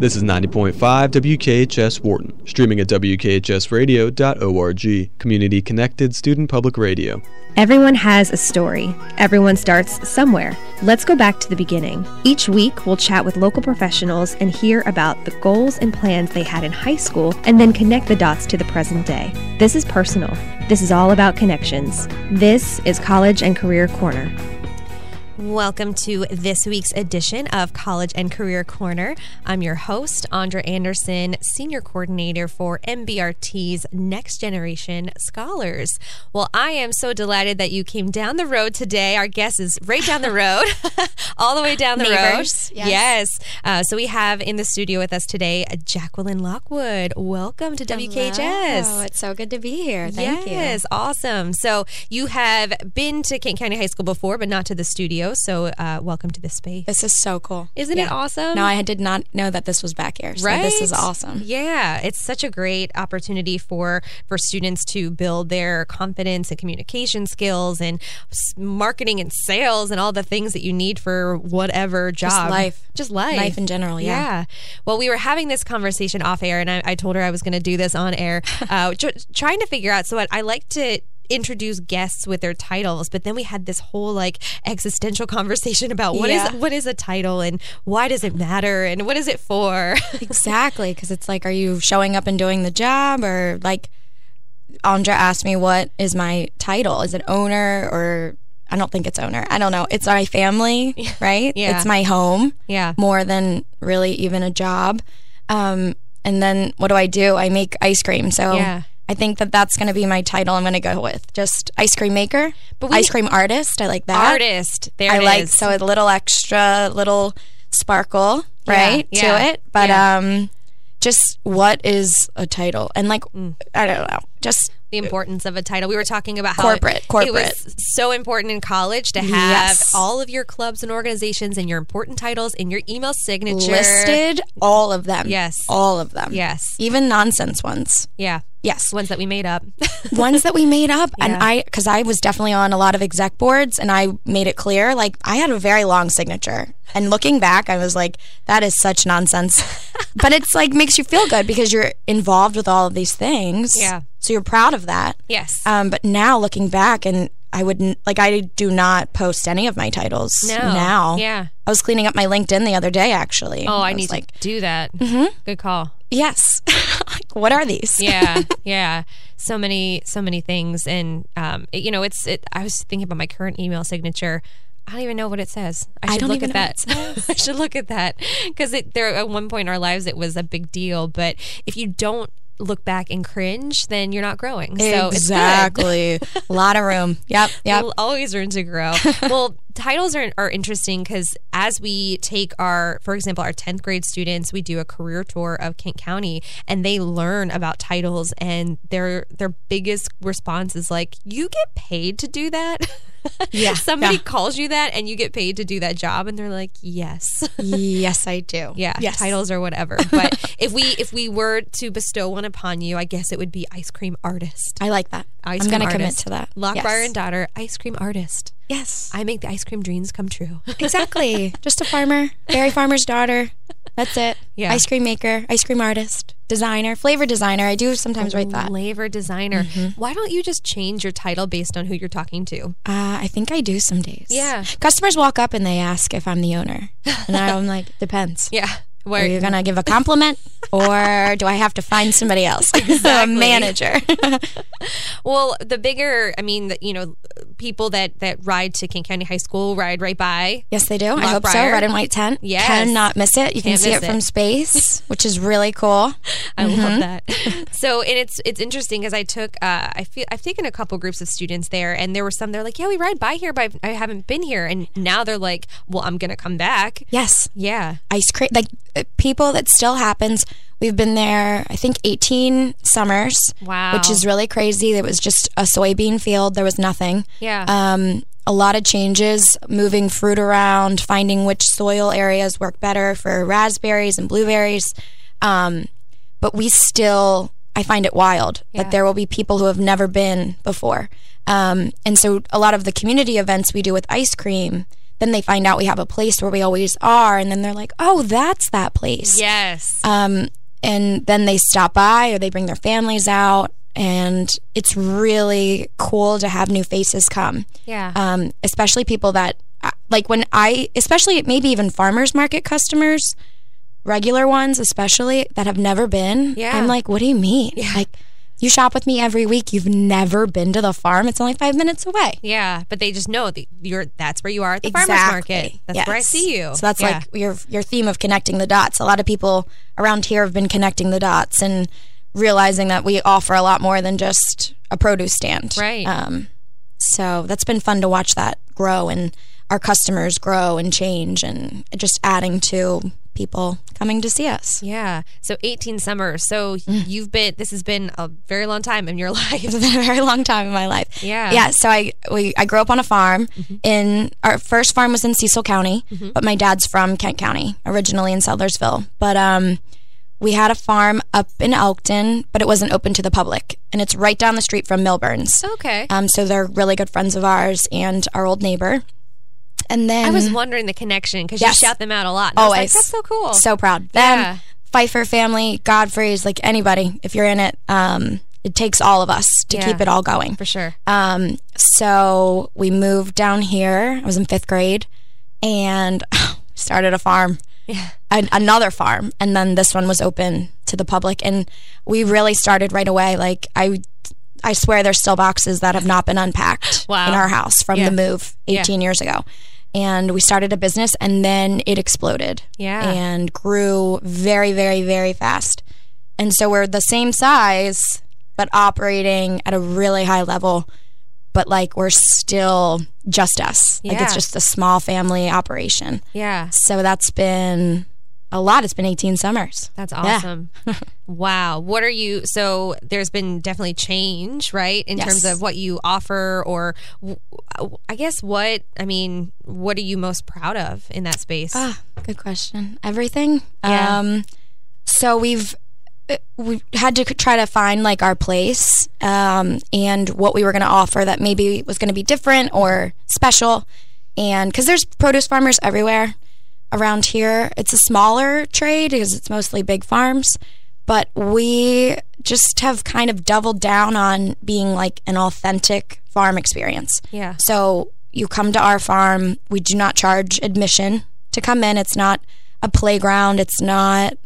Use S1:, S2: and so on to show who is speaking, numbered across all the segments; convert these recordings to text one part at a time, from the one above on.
S1: This is 90.5 WKHS Wharton, streaming at WKHSradio.org, community connected student public radio.
S2: Everyone has a story. Everyone starts somewhere. Let's go back to the beginning. Each week, we'll chat with local professionals and hear about the goals and plans they had in high school and then connect the dots to the present day. This is personal. This is all about connections. This is College and Career Corner.
S3: Welcome to this week's edition of College and Career Corner. I'm your host, Andra Anderson, Senior Coordinator for MBRT's Next Generation Scholars. Well, I am so delighted that you came down the road today. Our guest is right down the road, all the way down the road.
S4: Neighbors, yes.
S3: Yes. Uh, so we have in the studio with us today Jacqueline Lockwood. Welcome to WKHS.
S4: Hello. It's so good to be here. Thank
S3: yes, awesome. So you have been to Kent County High School before, but not to the studio. So uh, welcome to the space.
S4: you. This is so cool.
S3: Isn't it awesome?
S4: No, I did not know that this was back here. So this is
S3: Right?
S4: awesome.
S3: Yeah, it's such a great opportunity for for students to build their confidence and communication skills and s- marketing and sales and all the things that you need for whatever job.
S4: life.
S3: Just life.
S4: Life in general, yeah.
S3: Well, we were having this conversation off air, and I, I told her I was going to do this on air, uh, tr- trying to figure out. So I, I like to introduce guests with their titles but then we had this whole like existential conversation about what is
S4: Yeah.
S3: what is a title and why does it matter and what is it for
S4: Exactly. Because it's like, are you showing up and doing the job? Or like, Andra asked me, what is my title? Is it owner or. I don't think it's owner. I don't know. It's my family, right?
S3: Yeah.
S4: It's my home.
S3: yeah
S4: more than really even a job. Um, and then what do I do? I make ice cream. So
S3: Yeah.
S4: I think that that's going to be my title. I'm going to go with just ice cream maker,
S3: But we-
S4: ice cream artist. I like that.
S3: artist. There
S4: I
S3: it
S4: like
S3: is.
S4: so a little extra, little sparkle,
S3: Yeah,
S4: right,
S3: yeah,
S4: to it. But
S3: yeah.
S4: um, just what is a title? And like
S3: Mm.
S4: I don't know, just
S3: the importance of a title. We were talking about how
S4: Corporate,
S3: it,
S4: corporate.
S3: It was so important in college to have
S4: Yes.
S3: all of your clubs and organizations and your important titles in your email signature
S4: listed all of them.
S3: Yes.
S4: all of them.
S3: Yes.
S4: even nonsense ones.
S3: Yeah,
S4: Yes,
S3: ones that we made up.
S4: ones that we made up and
S3: Yeah.
S4: i because i was definitely on a lot of exec boards and i made it clear like i had a very long signature and looking back i was like that is such nonsense but it's like makes you feel good because you're involved with all of these things
S3: Yeah.
S4: so you're proud of that
S3: yes.
S4: um, but now looking back and i wouldn't like i do not post any of my titles
S3: No.
S4: now
S3: Yeah.
S4: i was cleaning up my linkedin the other day actually
S3: oh, I,
S4: was
S3: need
S4: like Mm-hmm.
S3: to do that. Good call.
S4: yes Like, what are these
S3: yeah yeah so many so many things and um it- you know it's it, i was thinking about my current email signature I don't even know what it says. I should
S4: don't
S3: look
S4: even
S3: at
S4: know
S3: that. I should look at that because there at one point in our lives it was a big deal. But if you don't look back and cringe, then you're not growing. So it's good.
S4: exactly a lot of room yep yep
S3: Al- Always room to grow. well, titles are, are interesting because as we take our, for example, our 10th grade students, we do a career tour of Kent County and they learn about titles and their their biggest response is like, you get paid to do that?
S4: Yeah,
S3: Somebody
S4: yeah.
S3: calls you that and you get paid to do that job and they're like, yes.
S4: yes, I do.
S3: Yeah,
S4: Yes.
S3: titles or whatever. But if we if we were to bestow one upon you, I guess it would be ice cream artist.
S4: I like that.
S3: Ice
S4: I'm
S3: cream
S4: going to commit
S3: artist.
S4: to that.
S3: Lock
S4: yes.
S3: bar and daughter, ice cream artist.
S4: Yes.
S3: I make the ice cream dreams come true.
S4: exactly. Just a farmer, dairy farmer's daughter. That's it.
S3: Yeah.
S4: Ice cream maker, ice cream artist, designer, flavor designer. I do sometimes write that. Uh,
S3: Flavor designer. Why don't you just change your title based on who you're talking to?
S4: Uh, I think I do some days.
S3: Yeah.
S4: Customers walk up and they ask if I'm the owner. And I'm like, depends.
S3: Yeah.
S4: Are
S3: Where
S4: you going to give a compliment or do I have to find somebody else?
S3: Exactly.
S4: a manager.
S3: well, the bigger, I mean, the, you know, people that that ride to King County High School ride right by.
S4: Yes, they do. I hope
S3: Briar.
S4: so. Red and white tent.
S3: Yes.
S4: Cannot miss it. You can
S3: Can't
S4: see
S3: miss
S4: it,
S3: it.
S4: from space, which is really cool.
S3: I love that. so, and it's it's interesting because I took uh, I feel I've taken a couple groups of students there, and there were some they're like, yeah, we ride by here, but I've, I haven't been here, and now they're like, well, I'm gonna come back.
S4: Yes.
S3: Yeah.
S4: Ice cream. Like uh, people, that still happens. We've been there, I think, 18 summers.
S3: Wow.
S4: Which is really crazy. It was just a soybean field. There was nothing.
S3: Yeah.
S4: Um, a lot of changes, moving fruit around, finding which soil areas work better for raspberries and blueberries. Um, but we still, I find it wild that there will be people who have never been before. Um, and so a lot of the community events we do with ice cream, then they find out we have a place where we always are, and then they're like, "Oh, that's that place."
S3: Yes.
S4: Um, and then they stop by or they bring their families out, and it's really cool to have new faces come.
S3: yeah.
S4: Um, especially people that uh, like when I, especially maybe even farmers market customers, regular ones especially that have never been.
S3: Yeah.
S4: I'm like, what do you mean? Like, you shop with me every week. You've never been to the farm. It's only five minutes away.
S3: yeah. But they just know that you're that's where you are at the farmer's market. That's where I
S4: Yes.
S3: see you.
S4: So that's
S3: Yeah.
S4: like your your theme of connecting the dots. A lot of people around here have been connecting the dots and realizing that we offer a lot more than just a produce stand.
S3: Right.
S4: Um, so that's been fun to watch that grow and our customers grow and change and just adding to people coming to see us.
S3: Yeah. So 18 summers. So
S4: Mm.
S3: you've been, this has been a very long time in your life.
S4: It's been a very long time in my life.
S3: Yeah. Mm-hmm.
S4: Yeah. So I we I grew up on a farm. In our first farm was in Cecil County, but my dad's from Kent County, originally in Sellersville. But um, we had a farm up in Elkton, but it wasn't open to the public, and it's right down the street from Milburn's.
S3: Okay.
S4: Um, so they're really good friends of ours and our old neighbor. And then
S3: I was wondering the connection because
S4: mm-hmm. Yes.
S3: you shout them out a lot. And I was like,
S4: Always.
S3: that's so cool.
S4: So proud. Them,
S3: Yeah.
S4: Pfeiffer family, Godfrey's, like anybody, if you're in it, um, it takes all of us to
S3: Yeah.
S4: keep it all going.
S3: for sure.
S4: Um, so we moved down here. I was in fifth grade and started a farm,
S3: Yeah.
S4: an, another farm. And then this one was open to the public. And we really started right away. Like, I. I swear there's still boxes that have not been unpacked
S3: Wow.
S4: in our house from
S3: Yeah.
S4: the move 18 years ago. And we started a business and then it exploded
S3: Yeah.
S4: and grew very, very, very fast. And so we're the same size, but operating at a really high level. But like we're still just us. Like
S3: Yeah.
S4: it's just a small family operation.
S3: Yeah.
S4: So that's been a lot. It's been 18 summers.
S3: That's awesome. wow. What are you? So there's been definitely change, right? In terms
S4: Yes.
S3: of what you offer, or w- I guess what, I mean, what are you most proud of in that space?
S4: Ah, good question. Everything.
S3: Yeah.
S4: Um, so we've uh, we had to c- try to find like our place um, and what we were going to offer that maybe was going to be different or special. And because there's produce farmers everywhere around here, it's a smaller trade because it's mostly big farms. But we just have kind of doubled down on being like an authentic farm experience.
S3: yeah.
S4: So you come to our farm. We do not charge admission to come in. It's not a playground. It's not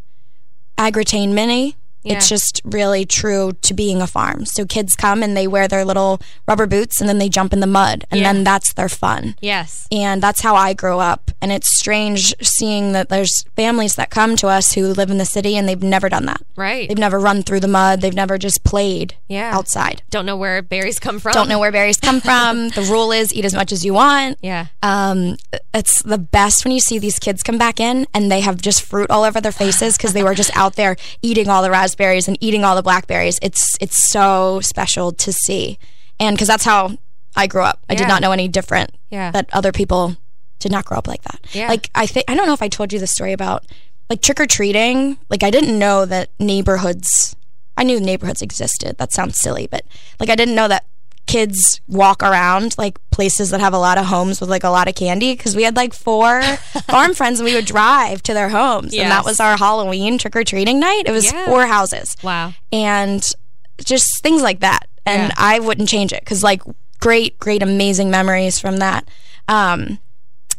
S4: agritainment. It's
S3: Yeah.
S4: just really true to being a farm. So kids come and they wear their little rubber boots and then they jump in the mud and
S3: Yeah.
S4: then that's their fun.
S3: Yes.
S4: And that's how I grew up. And it's strange seeing that there's families that come to us who live in the city and they've never done that.
S3: Right.
S4: They've never run through the mud. They've never just played
S3: Yeah.
S4: outside.
S3: Don't know where berries come from.
S4: Don't know where berries come from. the rule is eat as much as you want
S3: Yeah.
S4: um, it's the best when you see these kids come back in and they have just fruit all over their faces because they were just out there eating all the raspberries and eating all the blackberries. It's it's so special to see, and because that's how I grew up. I
S3: Yeah.
S4: did not know any different.
S3: Yeah.
S4: that other people did not grow up like that.
S3: Yeah.
S4: like I think I don't know if I told you the story about like trick or treating. Like I didn't know that neighborhoods. I knew neighborhoods existed. That sounds silly, but like I didn't know that kids walk around like places that have a lot of homes with like a lot of candy because we had like four farm friends and we would drive to their homes and
S3: Yes.
S4: that was our Halloween trick or treating night. It was
S3: Yeah.
S4: four houses
S3: Wow.
S4: and just things like that. And
S3: Yeah.
S4: I wouldn't change it because like great, great, amazing memories from that. Um,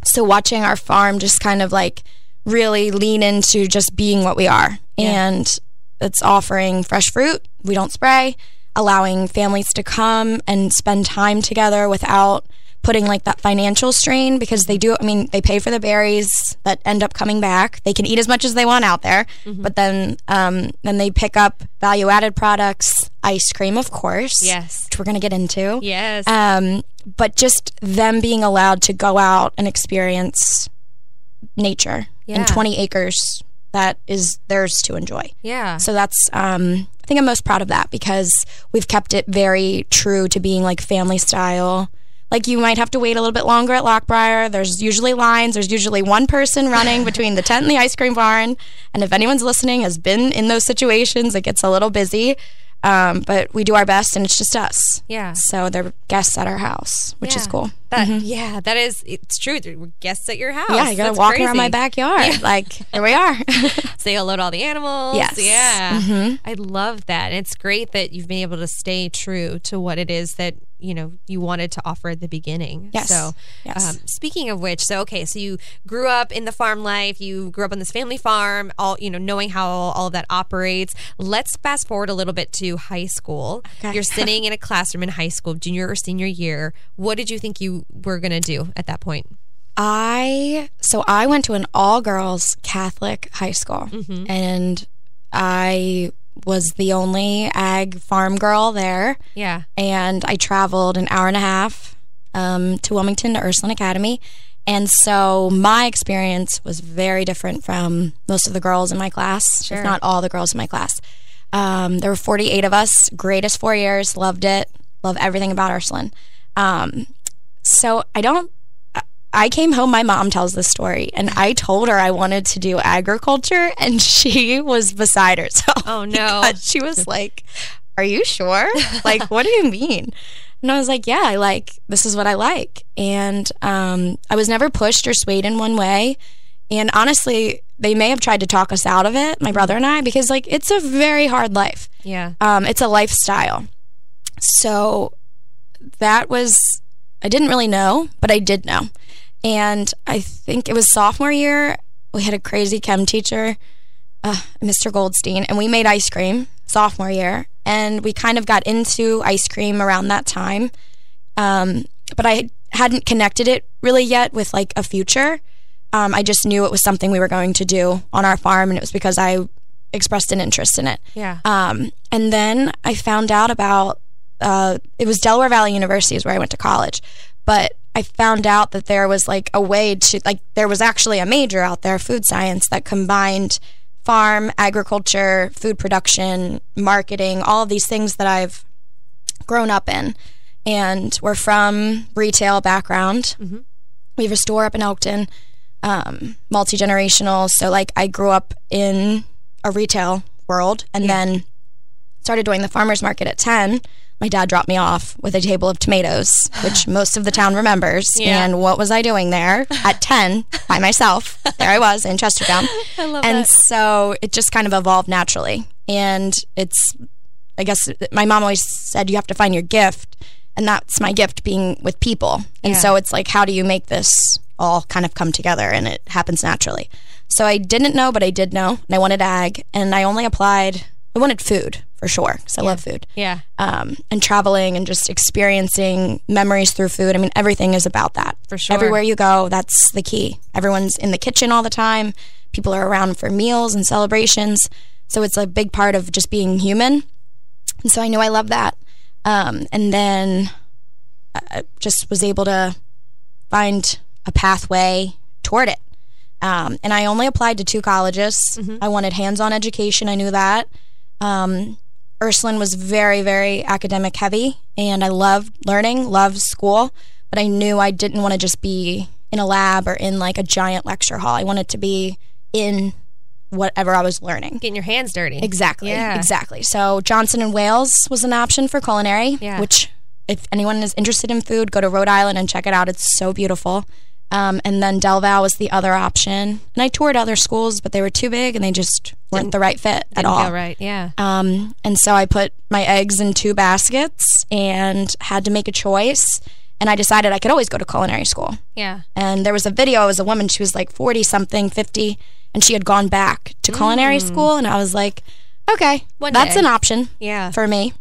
S4: so watching our farm just kind of like really lean into just being what we are, and it's offering fresh fruit. We don't spray, allowing families to come and spend time together without putting like that financial strain because they do i mean they pay for the berries that end up coming back they can eat as much as they want out there but then um, then they pick up value added products ice cream of course
S3: Yes.
S4: which we're going to get into
S3: Yes.
S4: um, but just them being allowed to go out and experience nature
S3: Yeah.
S4: and 20 acres that is theirs to enjoy
S3: yeah.
S4: so that's um, I think I'm most proud of that because we've kept it very true to being like family style. Like you might have to wait a little bit longer at Lockbriar. There's usually lines. There's usually one person running between the tent and the ice cream barn. And if anyone's listening has been in those situations, it gets a little busy. Um, but we do our best, and it's just us.
S3: Yeah.
S4: So they're guests at our house, which is
S3: Yeah.
S4: cool. Mm-hmm.
S3: That, Yeah, that is, it's true. There were guests at your house.
S4: Yeah, I gotta
S3: That's
S4: walk around
S3: crazy.
S4: my backyard. Like here we are.
S3: say hello to all the animals.
S4: Yes. Mm-hmm.
S3: Yeah. I love that. And it's great that you've been able to stay true to what it is that, you know, you wanted to offer at the beginning.
S4: Yes.
S3: So,
S4: Yes.
S3: um, speaking of which, so, okay, so you grew up in the farm life, you grew up on this family farm, all, you know, knowing how all of that operates. Let's fast forward a little bit to high school.
S4: Okay.
S3: You're sitting in a classroom in high school, junior or senior year. What did you think you were going to do at that point?
S4: I so I went to an all girls Catholic high school, and I was the only ag farm girl there.
S3: Yeah.
S4: and I traveled an hour and a half um, to Wilmington to Ursuline Academy. And so my experience was very different from most of the girls in my class, if not all the girls in my class. Um, there were 48 of us, greatest four years, loved it, love everything about Ursuline. Um, so I don't, I- I came home, my mom tells this story, and I told her I wanted to do agriculture, and she was beside herself.
S3: Oh, no.
S4: But she was like, Are you sure? Like, what do you mean? And I was like, Yeah, I like, this is what I like. And um, I was never pushed or swayed in one way. And honestly, they may have tried to talk us out of it, my brother and I, because like it's a very hard life.
S3: Yeah.
S4: Um, it's a lifestyle. So that was, I didn't really know, but I did know. And I think it was sophomore year, we had a crazy chem teacher, uh, Mr. Goldstein, and we made ice cream sophomore year. And we kind of got into ice cream around that time. Um, but I hadn't connected it really yet with like a future. Um, I just knew it was something we were going to do on our farm, and it was because I expressed an interest in it.
S3: Yeah.
S4: Um, and then I found out about uh, it was Delaware Valley University is where I went to college, but I found out that there was like a way to like there was actually a major out there, food science, that combined farm, agriculture, food production, marketing, all of these things that I've grown up in, and we're from retail background.
S3: Mm-hmm.
S4: We have a store up in Elkton, um, multi generational. So like I grew up in a retail world, and then started doing the farmers market at 10 my dad dropped me off with a table of tomatoes which most of the town remembers
S3: Yeah.
S4: and what was i doing there at 10 by myself there i was in chestertown I
S3: love
S4: and
S3: that.
S4: so it just kind of evolved naturally and it's i guess my mom always said you have to find your gift and that's my gift being with people and
S3: Yeah.
S4: so it's like how do you make this all kind of come together and it happens naturally so i didn't know but i did know and i wanted ag and i only applied i wanted food for sure because i love food
S3: Yeah.
S4: um, and traveling and just experiencing memories through food. I mean, everything is about that.
S3: For sure.
S4: Everywhere you go, that's the key. Everyone's in the kitchen all the time. People are around for meals and celebrations. So it's a big part of just being human. And so I knew I loved that. Um, and then I I just was able to find a pathway toward it. Um, and I only applied to two colleges.
S3: Mm-hmm.
S4: I wanted hands on education, I knew that. Um, Ursuline was very, very academic heavy, and I loved learning, loved school, but I knew I didn't want to just be in a lab or in like a giant lecture hall. I wanted to be in whatever I was learning.
S3: Getting your hands dirty.
S4: Exactly.
S3: Yeah.
S4: Exactly. So Johnson and Wales was an option for culinary,
S3: Yeah.
S4: which if anyone is interested in food, go to Rhode Island and check it out. It's so beautiful. Um, and then Del Valle was the other option. And I toured other schools, but they were too big and they just weren't the right fit at all.
S3: All right. Yeah.
S4: Um, and so I put my eggs in two baskets and had to make a choice. And I decided I could always go to culinary school.
S3: yeah.
S4: And there was a video, it was a woman, she was like 40 something, 50, and she had gone back to culinary school. And I was like, okay,
S3: Mm. One
S4: that's
S3: day.
S4: an option
S3: Yeah.
S4: for me.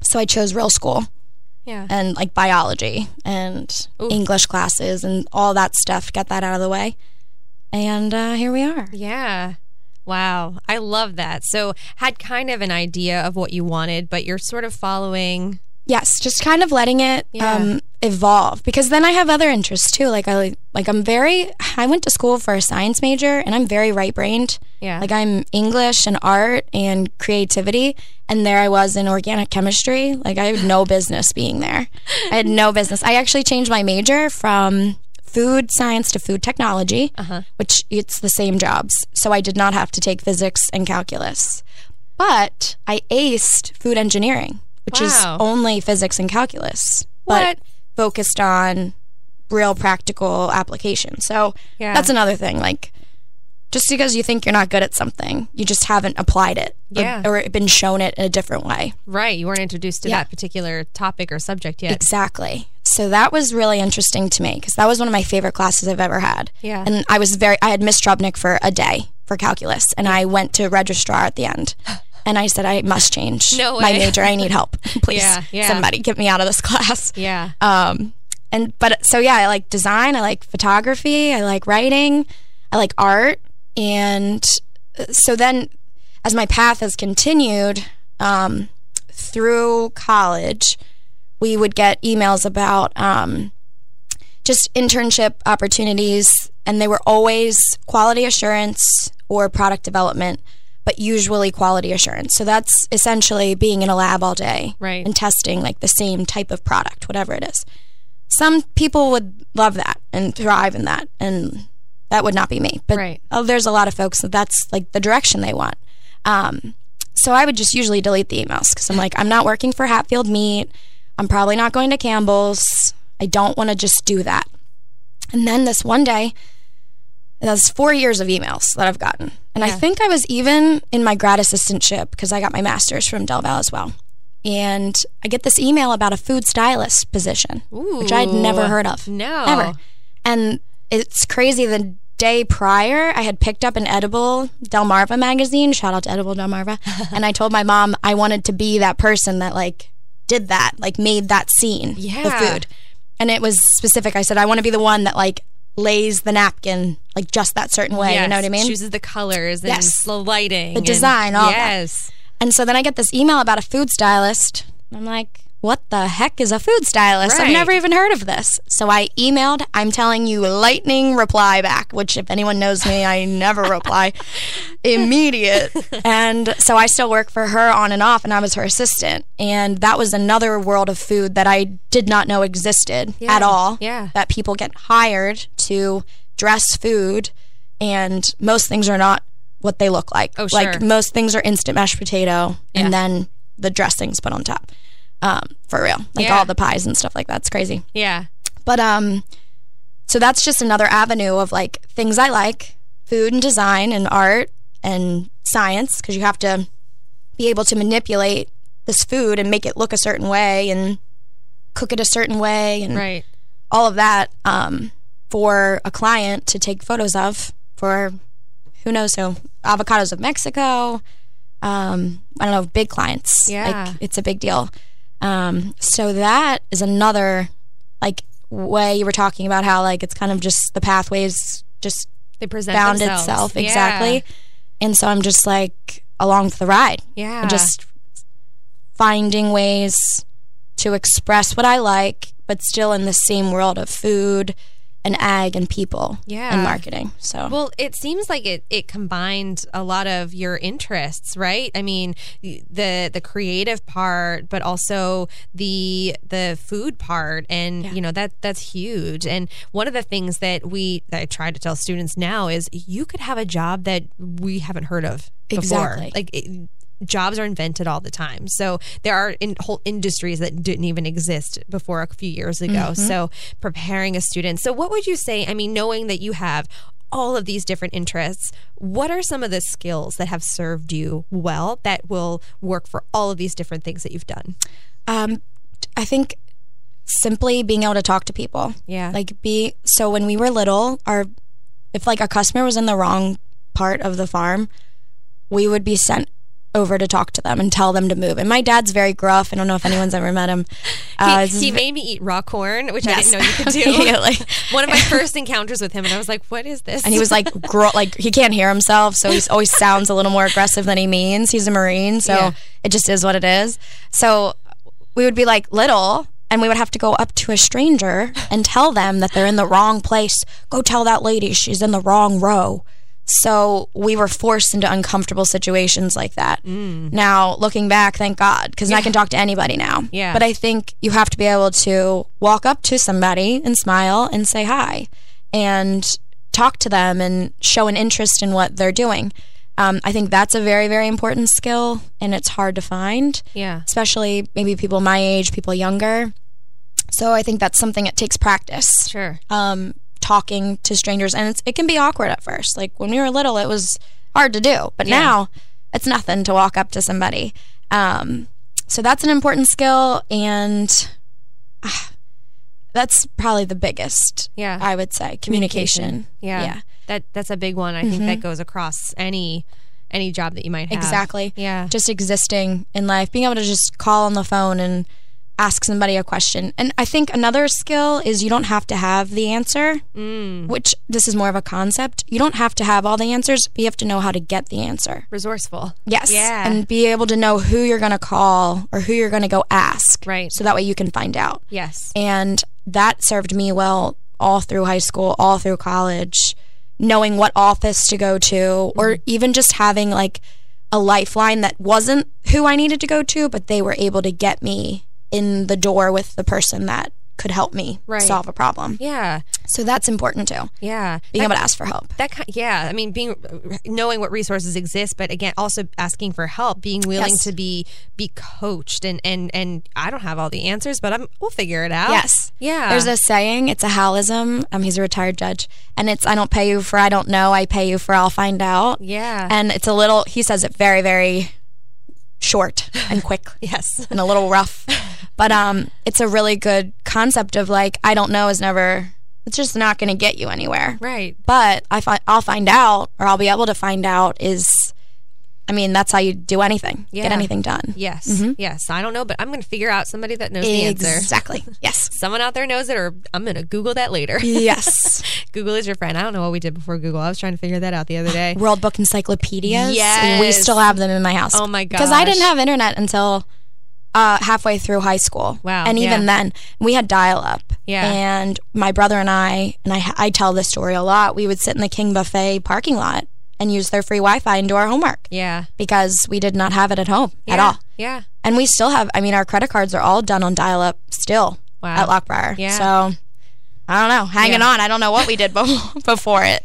S4: So I chose real school
S3: yeah.
S4: and like biology and English classes and all that stuff, get that out of the way. And uh, here we are.
S3: Yeah. Wow. I love that. So, had kind of an idea of what you wanted, but you're sort of following.
S4: Yes, just kind of letting it um, evolve because then I have other interests too. Like I like I'm very. I went to school for a science major, and I'm very right brained.
S3: Yeah.
S4: Like I'm English and art and creativity, and there I was in organic chemistry. Like I had no business being there. I had no business. I actually changed my major from food science to food
S3: Uh-huh.
S4: technology, which it's the same jobs. So I did not have to take physics and calculus But I aced food engineering, which is
S3: Wow.
S4: only physics and calculus,
S3: What?
S4: but focused on real practical application. So
S3: Yeah.
S4: that's another thing. Like, just because you think you're not good at something, you just haven't applied it or-
S3: Yeah.
S4: or, been shown it in a different way.
S3: Right. You weren't introduced to
S4: Yeah.
S3: that particular topic or subject yet.
S4: Exactly. So that was really interesting to me because that was one of my favorite classes I've ever had.
S3: Yeah.
S4: And I was very, I had Miss Trubnick for a day for calculus and I went to registrar at the end. And I said, I must change
S3: No
S4: my
S3: way.
S4: major. I need help. Please,
S3: Yeah, yeah.
S4: somebody get me out of this class.
S3: yeah.
S4: Um, and, but so yeah, I like design, I like photography, I like writing, I like art. And uh, so then as my path has continued um, through college, we would get emails about um, just internship opportunities, and they were always quality assurance or product development, but usually quality assurance. So that's essentially being in a lab all day
S3: Right.
S4: and testing like the same type of product, whatever it is. Some people would love that and thrive in that, and that would not be me. But
S3: Right.
S4: oh, there's a lot of folks that that's like the direction they want. Um, so I would just usually delete the emails because I'm like, I'm not working for Hatfield Meat. I'm probably not going to Campbell's. I don't want to just do that. And then this one day, that's four years of emails that I've gotten. And I think I was even in my grad assistantship because I got my master's from Del Valle as well. And I get this email about a food stylist position, which I'd never heard of.
S3: No.
S4: Ever. And it's crazy. The day prior, I had picked up an Edible Delmarva magazine. Shout out to Edible Delmarva. and I told my mom I wanted to be that person that like did that, like made that scene. The
S3: Yeah.
S4: food. And it was specific. I said I want to be the one that like lays the napkin like just that certain way.
S3: Yes.
S4: You know what I mean?
S3: Chooses the colors and
S4: Yes.
S3: the lighting. The
S4: design, all that.
S3: Yes.
S4: And so then I get this email about a food stylist. I'm like, what the heck is a food stylist?
S3: Right.
S4: I've never even heard of this. So I emailed, I'm telling you, lightning reply back, which if anyone knows me, I never reply immediate. And so I still work for her on and off, and I was her assistant. And that was another world of food that I did not know existed at all.
S3: yeah.
S4: That people get hired to dress food, and most things are not what they look like.
S3: Oh,
S4: Like
S3: sure.
S4: most things are instant mashed potato
S3: Yeah.
S4: and then the dressings put on top. Um, for real. Like
S3: Yeah.
S4: all the pies and stuff like that's crazy.
S3: Yeah.
S4: But um so that's just another avenue of like things I like, food and design and art and science because you have to be able to manipulate this food and make it look a certain way and cook it a certain way and
S3: Right.
S4: all of that um, for a client to take photos of for who knows who avocados of Mexico. Um, I don't know, big clients.
S3: Yeah.
S4: Like, it's a big deal. Um, so that is another like way you were talking about how like it's kind of just the pathways just
S3: They present
S4: found
S3: themselves.
S4: itself
S3: Yeah.
S4: exactly. And so I'm just like along for the ride
S3: Yeah.
S4: and just finding ways to express what I like, but still in the same world of food and ag and people
S3: Yeah.
S4: and marketing. So
S3: Well, it seems like it, it combined a lot of your interests, right? I mean, y- the the creative part, but also the the food part, and you know that that's huge. And one of the things that we that I try to tell students now is you could have a job that we haven't heard of before.
S4: Exactly.
S3: Like. It, Jobs are invented all the time, so there are in whole industries that didn't even exist before a few years ago.
S4: Mm-hmm.
S3: So preparing a student. So what would you say? I mean, knowing that you have all of these different interests, what are some of the skills that have served you well that will work for all of these different things that you've done?
S4: um, I think simply being able to talk to people.
S3: Yeah.
S4: Like be so when we were little, our if like a customer was in the wrong part of the farm, we would be sent over to talk to them and tell them to move. And my dad's very gruff. I don't know if anyone's ever met him. Uh,
S3: he, he made me eat raw corn, which I didn't
S4: Yes.
S3: know you could do.
S4: Immediately.
S3: One of my first encounters with him, and I was like, "What is this?"
S4: and he was like gro- like he can't hear himself so he always sounds a little more aggressive than he means he's a marine so
S3: Yeah.
S4: it just is what it is so we would be like little and we would have to go up to a stranger and tell them that they're in the wrong place go tell that lady she's in the wrong row so we were forced into uncomfortable situations like that
S3: Mm.
S4: now looking back thank god because i can talk to anybody now
S3: Yeah.
S4: but i think you have to be able to walk up to somebody and smile and say hi and talk to them and show an interest in what they're doing Um, I think that's a very, very important skill, and it's hard to find,
S3: Yeah.
S4: especially maybe people my age, people younger. So I think that's something it takes practice
S3: Sure.
S4: um, talking to strangers, and it's, it can be awkward at first. Like when we were little, it was hard to do, but
S3: Yeah.
S4: now it's nothing to walk up to somebody. Um, so that's an important skill, and ah, that's probably the biggest.
S3: Yeah.
S4: I would say communication.
S3: Yeah.
S4: yeah, Mm-hmm.
S3: That that's a big one. I think that goes across any any job that you might have.
S4: exactly.
S3: Yeah.
S4: just existing in life, being able to just call on the phone and ask somebody a question. And I think another skill is you don't have to have the answer,
S3: Mm.
S4: which this is more of a concept. You don't have to have all the answers, but you have to know how to get the answer.
S3: Resourceful.
S4: Yes.
S3: Yeah.
S4: And be able to know who you're going to call or who you're going to go ask.
S3: Right.
S4: So that way you can find out.
S3: Yes.
S4: And that served me well all through high school, all through college, knowing what office to go to, or
S3: Mm-hmm.
S4: even just having like a lifeline that wasn't who I needed to go to, but they were able to get me in the door with the person that could help me
S3: Right.
S4: solve a problem.
S3: Yeah.
S4: So that's important too,
S3: Yeah.
S4: being able to ask for help.
S3: that kind yeah i mean being knowing what resources exist but again also asking for help being willing
S4: Yes.
S3: to be be coached and and and i don't have all the answers but i'm we'll figure it out
S4: Yes.
S3: yeah
S4: There's a saying, it's a Hallism. Um, he's a retired judge. And it's, I don't pay you for I don't know, I pay you for I'll find out.
S3: yeah
S4: And it's a little, he says it very, very short and quick
S3: yes
S4: and a little rough. But um, it's a really good concept of like, I don't know is never, it's just not going to get you anywhere.
S3: right
S4: But I fi- I'll find out or I'll be able to find out is, I mean, that's how you do anything,
S3: Yeah.
S4: get anything done.
S3: yes
S4: Mm-hmm.
S3: yes i don't know but i'm gonna figure out somebody that knows the answer
S4: Exactly. Yes.
S3: someone out there knows it or i'm gonna google that later
S4: yes.
S3: google is your friend i don't know what we did before google i was trying to figure that out the other day
S4: World Book Encyclopedias. We
S3: Yes.
S4: still have them in my house.
S3: Oh my
S4: Because I didn't
S3: gosh.
S4: have internet until uh, halfway through high school.
S3: Wow,
S4: And even
S3: yeah.
S4: then, we had dial up.
S3: Yeah.
S4: And my brother and I, and I, I tell this story a lot, we would sit in the King Buffet parking lot and use their free Wi Fi and do our homework
S3: yeah
S4: because we did not have it at home at
S3: Yeah.
S4: all.
S3: yeah
S4: And we still have, I mean, our credit cards are all done on dial up still
S3: Wow.
S4: at Lockbriar.
S3: Yeah.
S4: So. I don't know. Hanging
S3: Yeah.
S4: on. I don't know what we did before, before it.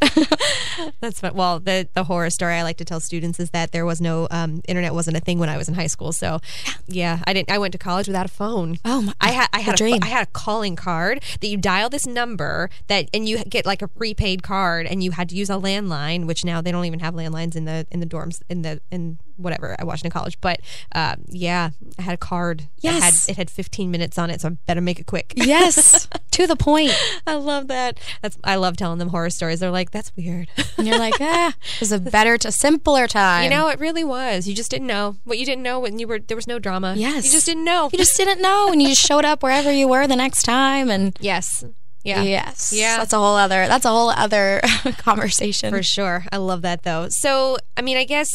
S3: That's what, well, the, the horror story I like to tell students is that there was no um, internet wasn't a thing when I was in high school. So, yeah, I didn't. I went to college without a phone.
S4: Oh my-
S3: I had I had a,
S4: dream.
S3: I had a calling card that you dial this number that and you get like a prepaid card and you had to use a landline, which now they don't even have landlines in the in the dorms in the in whatever at Washington College. But uh, yeah, I had a card. It had,
S4: Yes.
S3: it had 15 minutes on it, so I better make it quick.
S4: yes. To the point.
S3: I love that. That's I love telling them horror stories. They're like, that's weird.
S4: And you're like, ah, it was a better, to simpler time.
S3: You know, it really was. You just didn't know what you didn't know when you were there was no drama.
S4: Yes.
S3: you just didn't know.
S4: you just didn't know, and you just showed up wherever you were the next time. And
S3: yes, yeah,
S4: yes,
S3: Yeah.
S4: that's a whole other, that's a whole other conversation.
S3: for sure. I love that though. So, I mean, I guess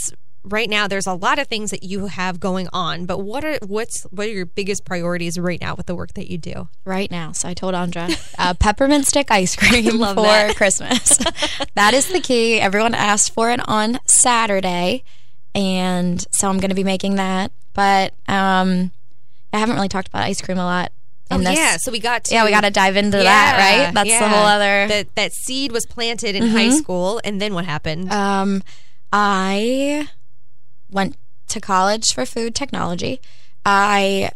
S3: right now there's a lot of things that you have going on, but what are what's what are your biggest priorities right now with the work that you do?
S4: Right now, so I told Andra, uh, peppermint stick ice cream
S3: Love
S4: for
S3: that.
S4: Christmas. that is the key. Everyone asked for it on Saturday, and so I'm going to be making that. But um, I haven't really talked about ice cream a lot. In this.
S3: yeah, so we got to
S4: Yeah, we got to dive into that, right? That's the whole other.
S3: that that seed was planted in high school, and then what happened?
S4: Um, I went to college for food technology. I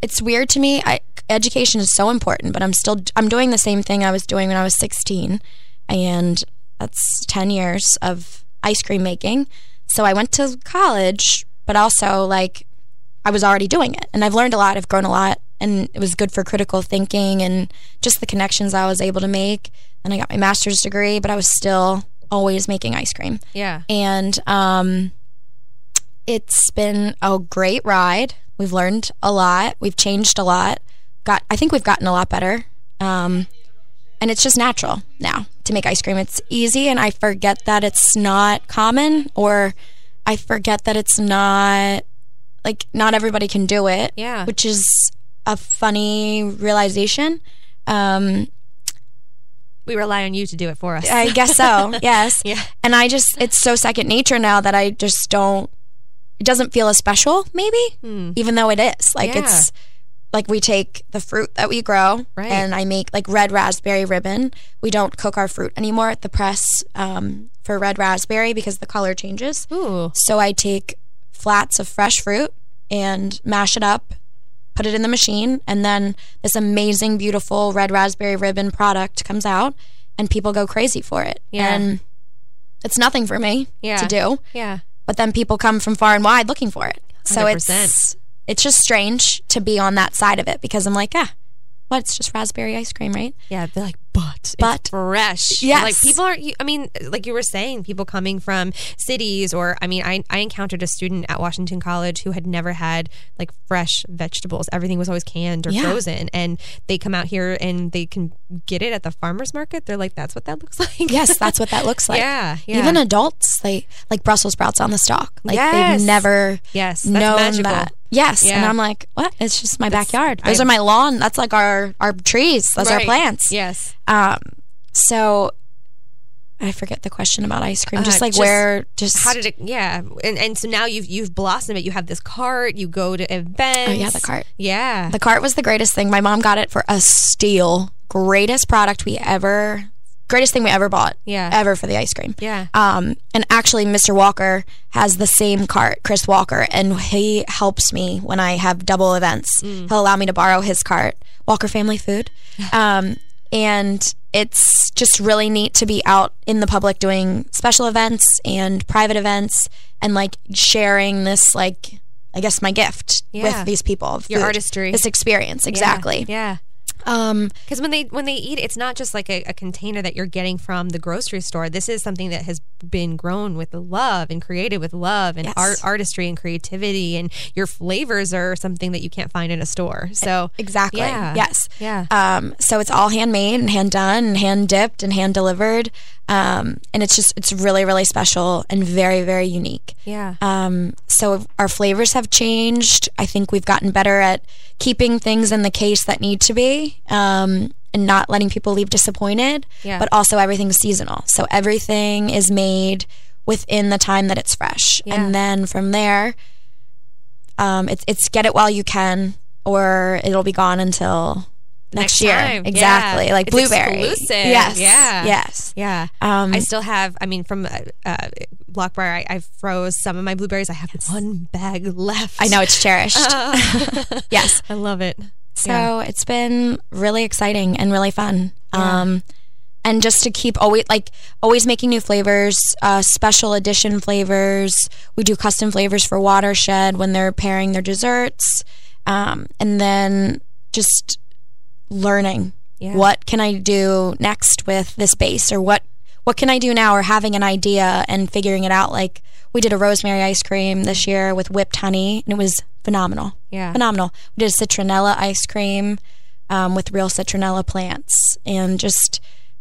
S4: it's weird to me. I, education is so important, but I'm still I'm doing the same thing I was doing when I was 16, and that's 10 years of ice cream making. So I went to college, but also like I was already doing it, and I've learned a lot. I've grown a lot, and it was good for critical thinking and just the connections I was able to make. And I got my master's degree, but I was still always making ice cream
S3: yeah,
S4: and um, it's been a great ride. We've learned a lot. We've changed a lot. Got I think we've gotten a lot better. Um, and it's just natural now to make ice cream. It's easy, and I forget that it's not common, or I forget that it's not like not everybody can do it.
S3: Yeah.
S4: which is a funny realization. Um,
S3: we rely on you to do it for us.
S4: I guess so. yes.
S3: Yeah.
S4: And I just, it's so second nature now that I just don't. It doesn't feel as special, maybe, even though it is. Like
S3: Hmm. Yeah.
S4: it's like we take the fruit that we grow,
S3: Right.
S4: and I make like red raspberry ribbon. We don't cook our fruit anymore at the press. Um, for red raspberry because the color changes.
S3: Ooh.
S4: So I take flats of fresh fruit and mash it up, put it in the machine, and then this amazing, beautiful red raspberry ribbon product comes out, and people go crazy for it.
S3: Yeah.
S4: And it's nothing for me
S3: Yeah.
S4: to do,
S3: Yeah.
S4: but then people come from far and wide looking for it. So
S3: 100%.
S4: it's it's just strange to be on that side of it because I'm like, ah, what? It's just raspberry ice cream, right?
S3: Yeah, they're like, but,
S4: But-
S3: it's fresh.
S4: Yes.
S3: like people aren't. I mean, like you were saying, people coming from cities, or I mean, I I encountered a student at Washington College who had never had like fresh vegetables. Everything was always canned or
S4: Yeah.
S3: frozen, and they come out here and they can get it at the farmers market. They're like, that's what that looks like.
S4: Yes, that's what that looks like.
S3: Yeah, yeah.
S4: Even adults, they like Brussels sprouts on the stalk. Like
S3: Yes.
S4: they've never
S3: Yes, that's
S4: known
S3: magical.
S4: that. Yes, and
S3: Yeah.
S4: I'm like, what? It's just my backyard. Those
S3: I-
S4: are my lawn. That's like our our trees. Those are
S3: Right.
S4: plants.
S3: Yes.
S4: Um. So, I forget the question about ice cream. just
S3: Uh,
S4: like
S3: just
S4: where? Just
S3: How did it? Yeah, and and so now you've you've blossomed it. You have this cart. You go to events.
S4: Oh, yeah, the cart.
S3: Yeah.
S4: The cart was the greatest thing. My mom got it for a steal. Greatest product we ever, greatest thing we ever bought.
S3: Yeah.
S4: Ever for the ice cream.
S3: Yeah.
S4: Um, and actually, Mr. Walker has the same cart, Chris Walker, and he helps me when I have double events.
S3: Mm.
S4: He'll allow me to borrow his cart, Walker Family Food. Um, and it's just really neat to be out in the public doing special events and private events and like sharing this, like, I guess my gift
S3: Yeah.
S4: with these people. of
S3: Your
S4: food,
S3: artistry.
S4: This experience, exactly.
S3: Yeah.
S4: Um,
S3: Because when they when they eat, it's not just like a, a container that you're getting from the grocery store. This is something that has been grown with love and created with love and
S4: Yes.
S3: art, artistry and creativity. And your flavors are something that you can't find in a store. So
S4: E-, exactly.
S3: Yeah.
S4: Yes.
S3: yeah,
S4: Um, so it's all handmade and hand done and hand dipped and hand delivered. Um, and it's just, it's really, really special and very, very unique.
S3: yeah,
S4: Um, so our flavors have changed. I think we've gotten better at keeping things in the case that need to be um, and not letting people leave disappointed.
S3: Yeah.
S4: But also everything's seasonal. So everything is made within the time that it's fresh.
S3: Yeah.
S4: And then from there, um, it's, it's get it while you can or it'll be gone until next, year.
S3: time.
S4: Exactly.
S3: Yeah.
S4: Like
S3: It's
S4: blueberry.
S3: exclusive.
S4: Yes.
S3: Yeah.
S4: Yes.
S3: yeah.
S4: Um,
S3: I still have. I mean, from uh, uh, Block Bar, I, I froze some of my blueberries. I have one bag left.
S4: I know it's cherished. yes.
S3: I love it.
S4: So it's been really exciting and really fun. Um, and just to keep always like always making new flavors, uh, special edition flavors. We do custom flavors for Watershed when they're pairing their desserts, um, and then just learning
S3: Yeah.
S4: what can I do next with this base or what what can I do now or having an idea and figuring it out. Like we did a rosemary ice cream this year with whipped honey, and it was phenomenal
S3: Yeah.
S4: phenomenal. We did a citronella ice cream um, with real citronella plants and just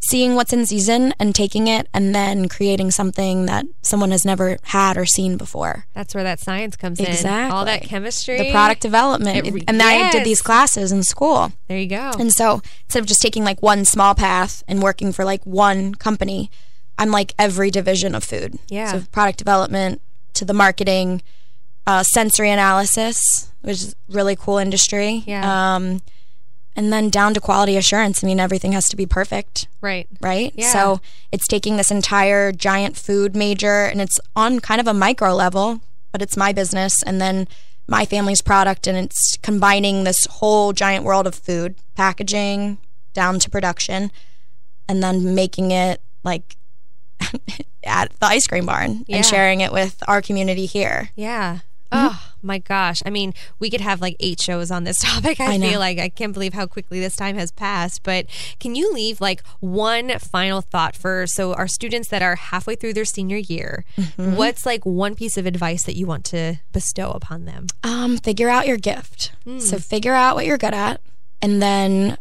S4: seeing what's in season and taking it and then creating something that someone has never had or seen before.
S3: That's where that science comes in. All
S4: Exactly.
S3: that chemistry.
S4: The product development.
S3: It re-
S4: and I
S3: yes.
S4: did these classes in school.
S3: There you go.
S4: And so instead of just taking like one small path and working for like one company, I'm like every division of food.
S3: Yeah.
S4: So product development to the marketing, uh, sensory analysis, which is really cool industry.
S3: Yeah.
S4: Um, and then down to quality assurance. I mean, everything has to be perfect,
S3: right.
S4: right?
S3: Yeah.
S4: So it's taking this entire giant food major and it's on kind of a micro level, but it's my business and then my family's product and it's combining this whole giant world of food, packaging down to production and then making it like at the ice cream barn
S3: Yeah.
S4: and sharing it with our community here.
S3: Yeah.
S4: Mm-hmm.
S3: Oh my gosh. I mean, we could have like eight shows on this topic. I,
S4: I know.
S3: feel like I can't believe how quickly this time has passed. But can you leave like one final thought for so our students that are halfway through their senior year?
S4: Mm-hmm.
S3: What's like one piece of advice that you want to bestow upon them?
S4: Um, figure out your gift.
S3: Hmm.
S4: So figure out what you're good at, and then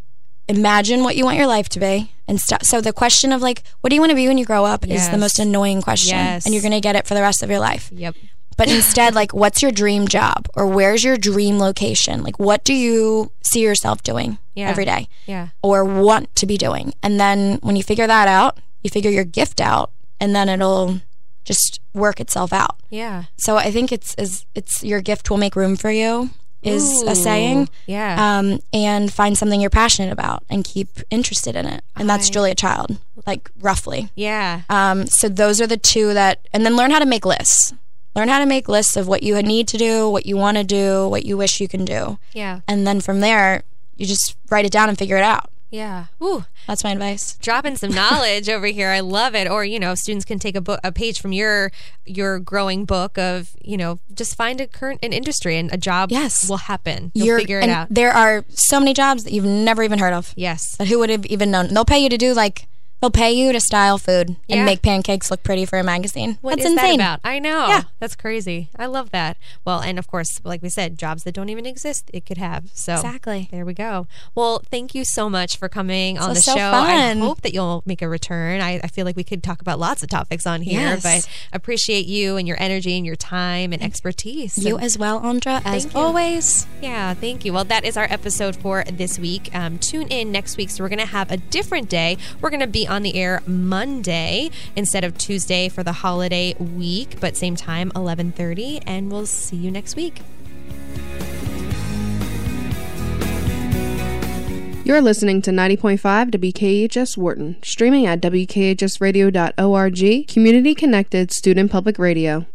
S4: imagine what you want your life to be, and stuff. So the question of like, what do you want to be when you grow up, is
S3: Yes.
S4: the most annoying question,
S3: Yes.
S4: and you're gonna get it for the rest of your life.
S3: Yep.
S4: But instead, like, what's your dream job, or where's your dream location? Like, what do you see yourself doing
S3: Yeah.
S4: every day?
S3: Yeah.
S4: or want to be doing. And then when you figure that out, you figure your gift out and then it'll just work itself out.
S3: Yeah.
S4: So I think it's is it's your gift will make room for you is
S3: Ooh,
S4: a saying.
S3: Yeah.
S4: Um, and find something you're passionate about and keep interested in it. And that's
S3: I-
S4: Julia Child, like roughly.
S3: yeah.
S4: Um, so those are the two that, and then learn how to make lists. Learn how to make lists of what you need to do, what you want to do, what you wish you can do.
S3: Yeah.
S4: And then from there, you just write it down and figure it out.
S3: Yeah. Ooh,
S4: That's my advice.
S3: dropping some knowledge over here. I love it. Or you know, students can take a book, a page from your your growing book of you know, just find a current an industry and a job.
S4: Yes.
S3: will happen. You'll
S4: You're-
S3: figure it
S4: and
S3: out.
S4: There are so many jobs that you've never even heard of.
S3: Yes.
S4: But who would have even known? They'll pay you to do like they'll pay you to style food
S3: Yeah.
S4: and make pancakes look pretty for a magazine.
S3: What
S4: That's
S3: is
S4: insane.
S3: that about? I know.
S4: Yeah.
S3: That's crazy. I love that. Well, and of course, like we said, jobs that don't even exist, it could have. So
S4: Exactly.
S3: There we go. Well, thank you so much for coming on the
S4: was so
S3: show.
S4: fun.
S3: I hope that you'll make a return. I, I feel like we could talk about lots of topics on here,
S4: Yes.
S3: but appreciate you and your energy and your time and expertise.
S4: You
S3: And-
S4: as well, Andra, as
S3: Thank you.
S4: always.
S3: yeah, thank you. Well, that is our episode for this week. Um, tune in next week. So, we're going to have a different day. We're going to be on the air Monday instead of Tuesday for the holiday week, but same time, 1130. And we'll see you next week.
S5: You're listening to 90.5 WKHS Wharton, streaming at WKHSradio.org, community connected student public radio.